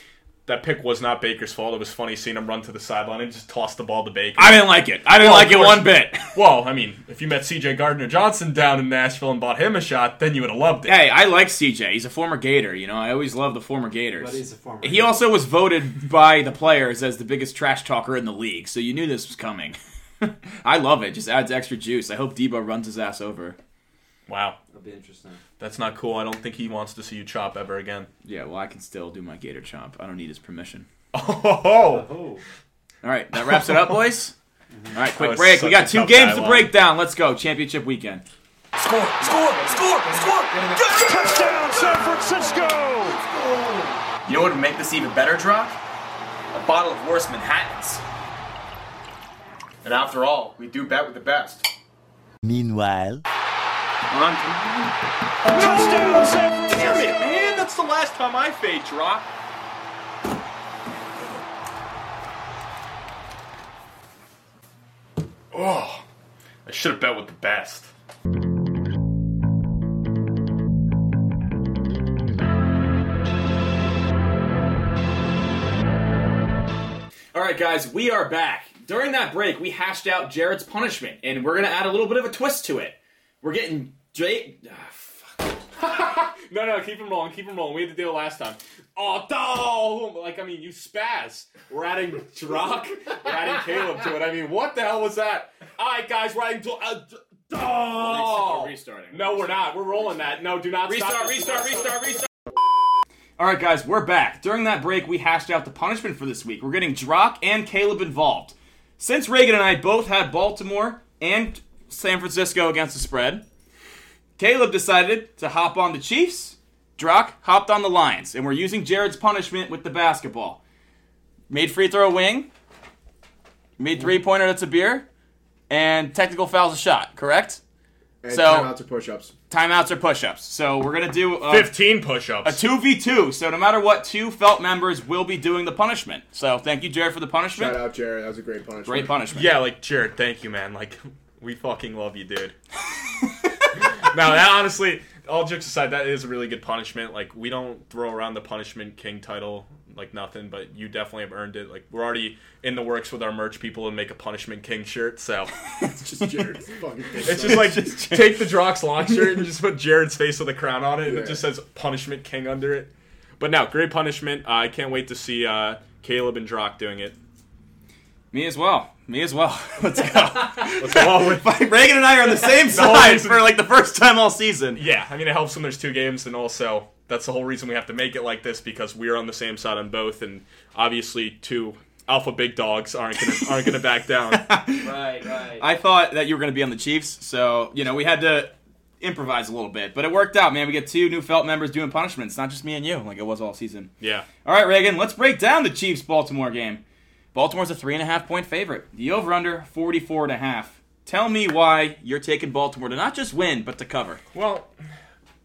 A: that pick was not Baker's fault, it was funny seeing him run to the sideline and just toss the ball to Baker.
B: I didn't like it. I didn't
A: Well,
B: like
A: of
B: it
A: course.
B: one bit.
A: well, I mean, if you met C.J. Gardner Johnson down in Nashville and bought him a shot, then you would have loved it.
B: Hey, I like CJ. He's a former Gator. You know, I always love the former Gators.
D: But he's a former.
B: He also was voted by the players as the biggest trash talker in the league, so you knew this was coming. I love it. Just adds extra juice. I hope Debo runs his ass over.
A: Wow,
D: It'll be interesting.
A: that's not cool. I don't think he wants to see you chop ever again.
B: Yeah, well, I can still do my Gator chomp. I don't need his permission.
A: Oh,
D: Oh,
B: All right, that wraps it up, boys. All right,
A: Mm-hmm. That
B: quick
A: was
B: break.
A: such
B: We got
A: a
B: two
A: tough
B: games to
A: dialogue.
B: break down. Let's go. Championship weekend.
F: Score, score, score, score! Touchdown, San Francisco!
G: You know what would make this even better, Drock? A bottle of Worst Manhattans.
C: And after all, we do bet with the best.
H: Meanwhile.
F: Touchdown, San Francisco!
G: Damn it, man! That's the last time I fade, Drock. Oh,
A: I should have bet with the best.
B: All right, guys, we are back. During that break, we hashed out Jared's punishment, and we're gonna add a little bit of a twist to it. We're getting Jay. Ah, fuck.
A: No, no, keep him rolling, keep him rolling. We had to deal last time. Oh, dog! Like, I mean, you spaz. We're adding Drock, we're adding Caleb to it. I mean, what the hell was that? All right, guys, we're adding. Dro- Uh, d- dog!
B: We're restarting.
A: No, we're not. We're rolling that. No, do not
B: Oh. Restart,
A: stop.
B: restart, restart, restart. All right, guys, we're back. During that break, we hashed out the punishment for this week. We're getting Drock and Caleb involved. Since Reagan and I both had Baltimore and San Francisco against the spread, Caleb decided to hop on the Chiefs. Drock hopped on the Lions, and we're using Jared's punishment with the basketball. Made free throw a wing, made three pointer that's a beer, and technical fouls a shot. Correct?
C: And
B: So-
C: timeouts or push-ups.
B: Timeouts or push-ups. So we're gonna do uh,
A: 15 push ups.
B: a 2v2, so no matter what, two felt members will be doing the punishment. So thank you, Jared, for the punishment.
C: Shout out, Jared. That was a great punishment.
B: Great punishment.
A: Yeah, like Jared, thank you, man. Like we fucking love you, dude. no, that honestly, all jokes aside, that is a really good punishment. Like we don't throw around the punishment king title like nothing, but you definitely have earned it. Like we're already in the works with our merch people and make a punishment king shirt. So
C: It's just Jared. fucking
A: it's just like take the Drox lock shirt and just put Jared's face with a crown on it, and
C: Yeah.
A: it just says punishment king under it. But no, great punishment. Uh, I can't wait to see uh, Caleb and Drock doing it.
B: Me as well. Me as well. Let's go.
A: Let's go all with.
B: Reagan and I are on the same
A: whole
B: side
A: reason-
B: for like the first time all season.
A: Yeah, I mean it helps when there's two games, and also that's the whole reason we have to make it like this because we're on the same side on both, and obviously two alpha big dogs aren't gonna aren't gonna back down.
E: Right, right.
B: I thought that you were going to be on the Chiefs, so you know we had to improvise a little bit, but it worked out, man. We get two new felt members doing punishments, not just me and you, like it was all season.
A: Yeah,
B: All right, Reagan, let's break down the Chiefs Baltimore game. Baltimore's a three and a half point favorite. The over under 44 and a half. Tell me why you're taking Baltimore to not just win, but to cover.
A: well,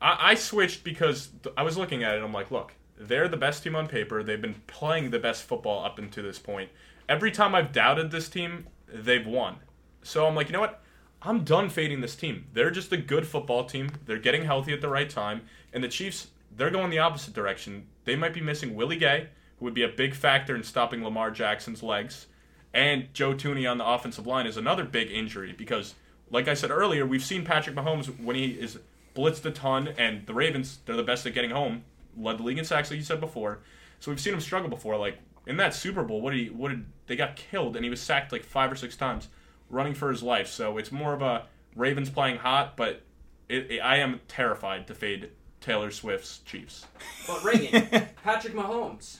A: I, I switched because th- I was looking at it. and I'm like, look, they're the best team on paper. They've been playing the best football up until this point. Every time I've doubted this team, they've won. So I'm like, you know what? I'm done fading this team. They're just a good football team. They're getting healthy at the right time. And the Chiefs, they're going the opposite direction. They might be missing Willie Gay, who would be a big factor in stopping Lamar Jackson's legs. And Joe Tooney on the offensive line is another big injury because, like I said earlier, we've seen Patrick Mahomes when he is blitzed a ton, and the Ravens, they're the best at getting home, led the league in sacks, like you said before. So we've seen him struggle before. Like in that Super Bowl, what did he? What did they got killed? And he was sacked like five or six times running for his life. So it's more of a Ravens playing hot, but it, it- I am terrified to fade Taylor Swift's Chiefs.
E: But ringing. Patrick Mahomes.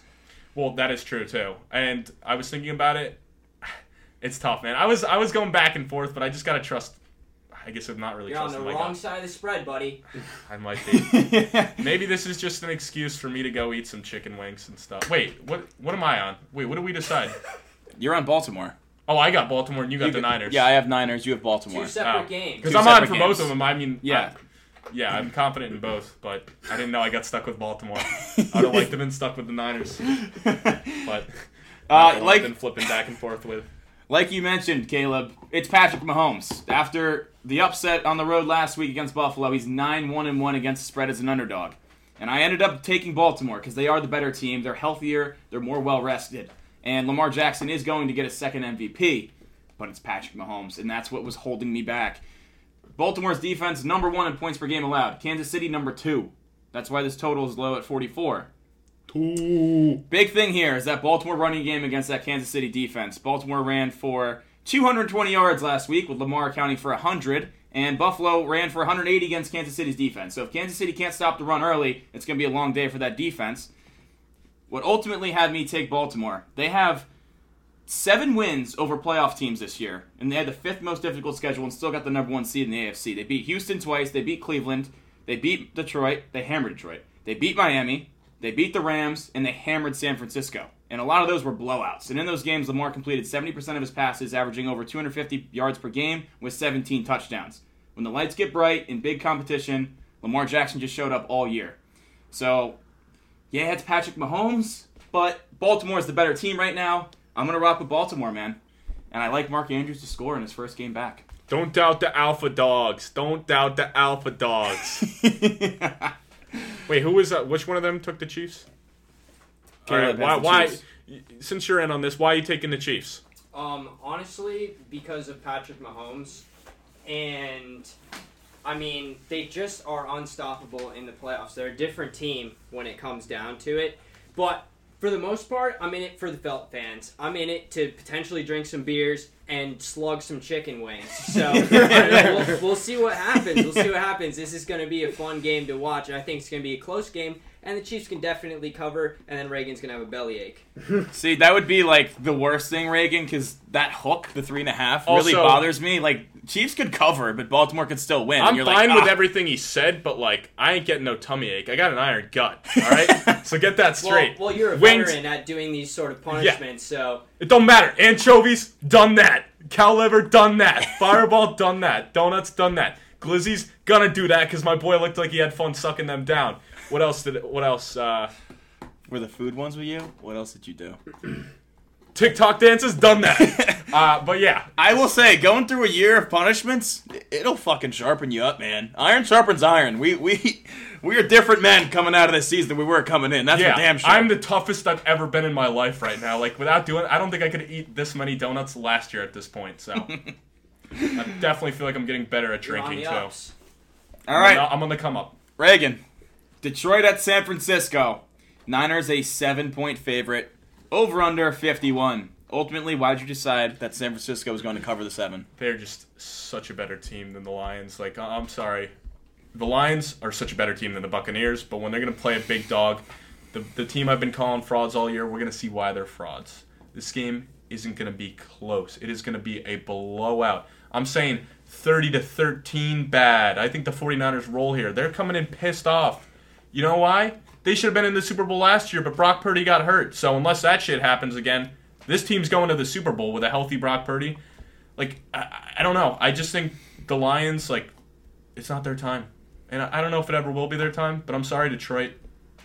A: Well, that is true too. And I was thinking about it. It's tough, man. I was I was going back and forth, but I just gotta trust. I guess I'm not really
E: You're on the
A: trusting my
E: wrong
A: gut.
E: side of the spread, buddy.
A: I might be. Maybe this is just an excuse for me to go eat some chicken wings and stuff. Wait, what? What am I on? Wait, what do we decide?
B: You're on Baltimore.
A: Oh, I got Baltimore and you got the Niners.
B: Yeah, I have Niners. You have
E: Two
B: Baltimore.
E: separate games.
A: Because
B: Two
A: I'm on
B: separate
A: for
B: games.
A: both of them. I mean,
B: Yeah.
A: I- yeah, I'm confident in both, but I didn't know I got stuck with Baltimore. I would have liked to have been stuck with the Niners, but
B: Uh,
A: I've
B: like
A: been flipping back and forth with.
B: Like you mentioned, Caleb, it's Patrick Mahomes. After the upset on the road last week against Buffalo, he's 9 1 and 1 against the spread as an underdog. And I ended up taking Baltimore because they are the better team. They're healthier, they're more well rested. And Lamar Jackson is going to get a second MVP, but it's Patrick Mahomes, and that's what was holding me back. Baltimore's defense, number one in points per game allowed. Kansas City, number two. That's why this total is low at 44. Big thing here is that Baltimore running game against that Kansas City defense. Baltimore ran for 220 yards last week with Lamar accounting for 100, and Buffalo ran for 180 against Kansas City's defense. So if Kansas City can't stop the run early, it's going to be a long day for that defense. What ultimately had me take Baltimore, they have seven wins over playoff teams this year, and they had the fifth most difficult schedule and still got the number one seed in the AFC. They beat Houston twice, they beat Cleveland, they beat Detroit, they hammered Detroit, they beat Miami, they beat the Rams, and they hammered San Francisco. And a lot of those were blowouts. And in those games, Lamar completed 70% of his passes, averaging over 250 yards per game with 17 touchdowns. When the lights get bright in big competition, Lamar Jackson just showed up all year. So yeah, it's Patrick Mahomes, but Baltimore is the better team right now. I'm gonna rock with Baltimore, man. And I like Mark Andrews to score in his first game back.
A: Don't doubt the alpha dogs. Don't doubt the alpha dogs. Wait, who was that? Which one of them took the Chiefs? All right,
B: Caleb
A: why?
B: has Oh, the
A: Why?
B: Chiefs.
A: y- Since you're in on this, why are you taking the Chiefs?
E: Um, honestly, because of Patrick Mahomes, and I mean they just are unstoppable in the playoffs. They're a different team when it comes down to it. But for the most part, I'm in it for the Felt fans. I'm in it to potentially drink some beers and slug some chicken wings. So I mean, we'll, we'll see what happens. We'll see what happens. This is going to be a fun game to watch, and I think it's going to be a close game. And the Chiefs can definitely cover, and then Reagan's going to have a bellyache.
B: See, that would be like the worst thing, Reagan, because that hook, the three and a half, really
A: Also-
B: bothers me. Like Chiefs could cover, but Baltimore could still win.
A: I'm
B: You're
A: fine
B: like,
A: with
B: "Ah."
A: everything he said, but like, I ain't getting no tummy ache. I got an iron gut. All right, so get that straight.
E: Well, well you're a
A: Wings-
E: veteran at doing these sort of punishments, so
A: It don't matter. Anchovies, done that. Cow liver, done that. Fireball, done that. Donuts, done that. Glizzy's gonna do that because my boy looked like he had fun sucking them down. What else did? What else? Uh,
B: Were the food ones with you? What else did you do?
A: TikTok dances, done that. uh, but yeah,
B: I will say, going through a year of punishments, it'll fucking sharpen you up, man. Iron sharpens iron. We we we are different men coming out of this season than we were coming in. That's
A: yeah.
B: for damn sure.
A: I'm the toughest I've ever been in my life right now. Like without doing, I don't think I could eat this many donuts last year at this point. So I definitely feel like I'm getting better at
E: you're on
A: drinking
E: the
A: too.
E: ups.
B: All
A: I'm
B: right,
A: on the- I'm on the come up.
B: Reagan. Detroit at San Francisco. Niners a seven point favorite. Over under 51. Ultimately, why'd you decide that San Francisco was going to cover the seven?
A: they're just such a better team than the Lions. Like I- I'm sorry, the Lions are such a better team than the Buccaneers. But when they're gonna play a big dog, the the team I've been calling frauds all year, we're gonna see why they're frauds. This game isn't gonna be close. It is gonna be a blowout. I'm saying 30 to 13 bad. I think the 49ers roll here. They're coming in pissed off. You know why? They should have been in the Super Bowl last year, but Brock Purdy got hurt. So unless that shit happens again, this team's going to the Super Bowl with a healthy Brock Purdy like I, I don't know. I just think the Lions like it's not their time, and I, I don't know if it ever will be their time. But I'm sorry, Detroit,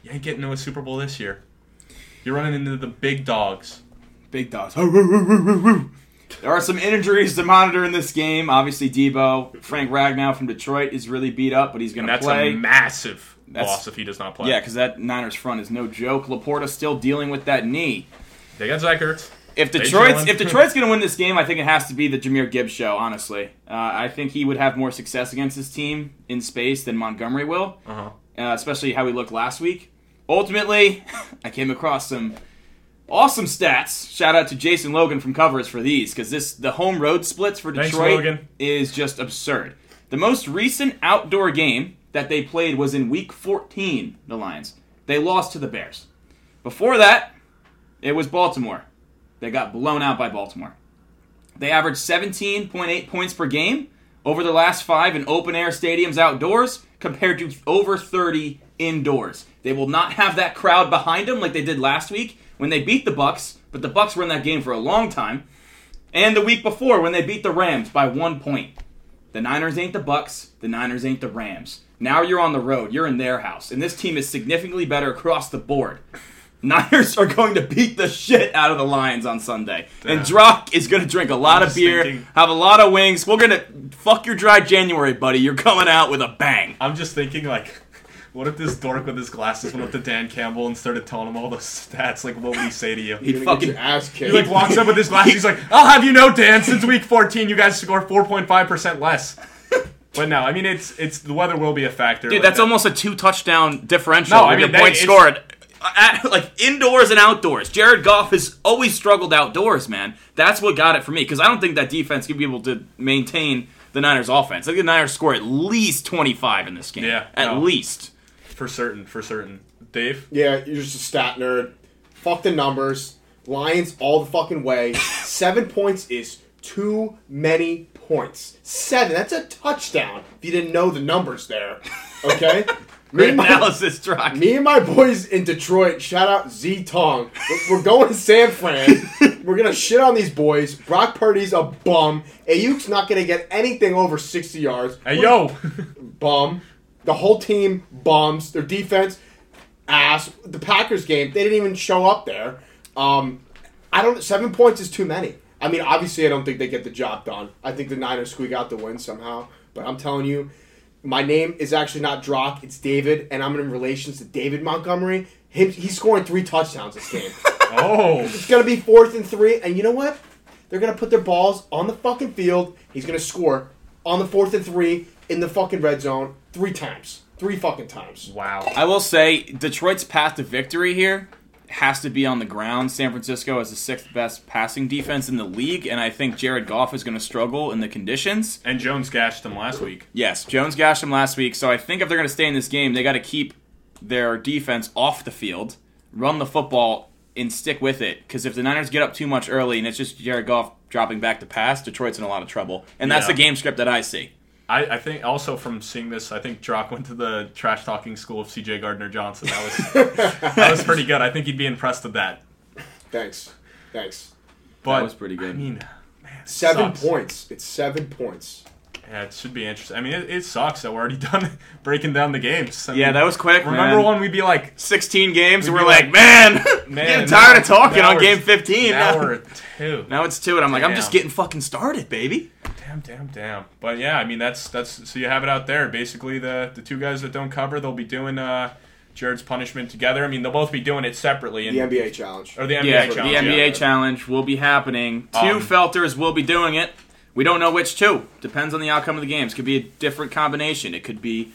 A: you ain't getting to a Super Bowl this year. You're running into the big dogs.
B: Big dogs. There are some injuries to monitor in this game. Obviously, Debo, Frank Ragnow from Detroit is really beat up, but he's going
A: And that's
B: to play.
A: a massive
B: That's-
A: loss if he does not play.
B: yeah, because that Niners front is no joke. Laporta still dealing with that knee.
A: they got Zach Ertz.
B: If
A: They
B: Detroit's
A: chilling.
B: if Detroit's going to win this game, I think it has to be the Jameer Gibbs show. Honestly, uh, I think he would have more success against his team in space than Montgomery will,
A: Uh-huh.
B: uh, especially how he looked last week. Ultimately, I came across some awesome stats. Shout out to Jason Logan from Covers for these because this the home road splits for
A: Thanks,
B: Detroit
A: Logan.
B: is just absurd. The most recent outdoor game that they played was in week 14, the Lions. They lost to the Bears. Before that, it was Baltimore. They got blown out by Baltimore. They averaged 17.8 points per game over the last five in open air stadiums outdoors compared to over 30 indoors. They will not have that crowd behind them like they did last week when they beat the Bucks, but the Bucks were in that game for a long time. And the week before when they beat the Rams by one point. The Niners ain't the Bucks. The Niners ain't the Rams. Now you're on the road. You're in their house, and this team is significantly better across the board. Niners are going to beat the shit out of the Lions on Sunday, and Drock is going to drink a lot of
A: just
B: beer,
A: thinking-
B: have a lot of wings. We're gonna fuck your dry January, buddy. You're coming out with a bang.
A: I'm just thinking like, what if this dork with his glasses went up to Dan Campbell and started telling him all those stats? Like, what would he say to you?
B: He'd
C: You're gonna get
B: fucking
C: your ass kicked.
A: He like walks up with his glasses. He's like, "I'll have you know, Dan. Since week 14, you guys score 4.5 percent less." But no, I mean it's it's the weather will be a factor.
B: dude.
A: but
B: That's
A: the-
B: almost a two touchdown differential.
A: No,
B: with
A: I mean,
B: your points
A: they-
B: scored at, like indoors and outdoors. Jared Goff has always struggled outdoors, man. That's what got it for me because I don't think that defense could be able to maintain the Niners' offense. I think the Niners score at least twenty five in this game.
A: Yeah,
B: at
A: no.
B: least.
A: for certain. For certain, Dave.
C: Yeah, you're just a stat nerd. Fuck the numbers. Lions all the fucking way. Seven points is too many points. Seven. That's a touchdown. If you didn't know the numbers there, okay. me,
B: Great
C: and my,
B: analysis, Drock.
C: me and my boys in Detroit. Shout out Z Tong. We're- We're going to San Fran. We're gonna shit on these boys. Brock Purdy's a bum. Ayuk's not gonna get anything over sixty yards.
A: Hey
C: We're
A: yo,
C: bum. The whole team bums. Their defense ass. The Packers game, they didn't even show up there. Um, I don't. Seven points is too many. I mean, obviously, I don't think they get the job done. I think the Niners squeak out the win somehow. But I'm telling you, my name is actually not Drock. It's David, and I'm in relations to David Montgomery. Him, he's scoring three touchdowns this game.
A: oh,
C: It's gonna be fourth and three, and you know what? They're gonna put their balls on the fucking field. He's gonna score on the fourth and three in the fucking red zone three times, three fucking times.
A: wow.
B: I will say Detroit's path to victory here has to be on the ground. San Francisco has the sixth best passing defense in the league, and I think Jared Goff is going to struggle in the conditions.
A: And Jones gashed him last week.
B: Yes, Jones gashed him last week, so I think if they're going to stay in this game, they got to keep their defense off the field, run the football, and stick with it. Because if the Niners get up too much early and it's just Jared Goff dropping back to pass, Detroit's in a lot of trouble, and that's
A: Yeah.
B: the game script that I see.
A: I, I think also from seeing this, I think Drock went to the trash talking school of C.J. Gardner Johnson. That was that was pretty good. I think he'd be impressed with that.
C: Thanks, thanks.
A: But
B: was pretty good.
A: I mean,
C: Seven
A: Sucks.
C: points. It's seven points.
A: yeah, it should be interesting. I mean, it, it sucks that we're already done breaking down the games. I
B: Yeah,
A: mean,
B: that was quick.
A: Remember
B: man.
A: when we'd be like,
B: 16 games, and
A: We'd
B: we're
A: be
B: like,
A: like,
B: man,
A: Man,
B: getting tired
A: now-
B: of talking
A: now
B: on
A: we're-
B: game 15.
A: now
B: Now,
A: we're at two.
B: now it's two, and I'm like, I'm just
A: Damn.
B: getting fucking started, baby.
A: Damn, damn, damn. But yeah, I mean that's that's so you have it out there. Basically, the the two guys that don't cover, they'll be doing uh, Jared's punishment together. I mean, they'll both be doing it separately. And,
C: The NBA challenge.
A: or the NBA
B: Yeah, the
A: challenge.
B: NBA
A: yeah.
B: challenge will be happening. Two
A: Um,
B: Felters will be doing it. We don't know which two. Depends on the outcome of the games. Could be a different combination. It could be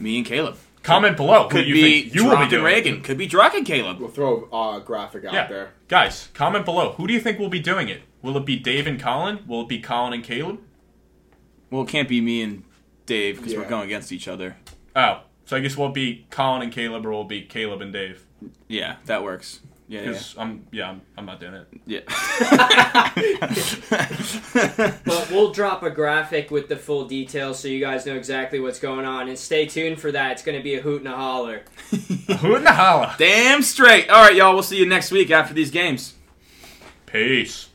B: me and Caleb.
A: Comment below.
B: Could
A: who you
B: be
A: think you will be
B: Drock
A: doing.
B: and Reagan. Could be Drock and Caleb.
C: We'll throw a uh, graphic out
A: Yeah,
C: there.
A: guys, comment below. Who do you think will be doing it? Will it be Dave and Colin? Will it be Colin and Caleb?
B: Well, it can't be me and Dave because we're
C: Yeah.
B: going against each other.
A: Oh, so I guess we'll be Colin and Caleb, or we'll be Caleb and Dave.
B: Yeah, that works. Yeah, yeah.
A: Because I'm yeah, I'm, I'm not doing it.
B: yeah.
E: But we'll drop a graphic with the full details so you guys know exactly what's going on. And stay tuned for that. It's going to be a hoot and a holler.
A: Who in the holla?
B: Damn straight. All right, y'all. We'll see you next week after these games.
A: Peace.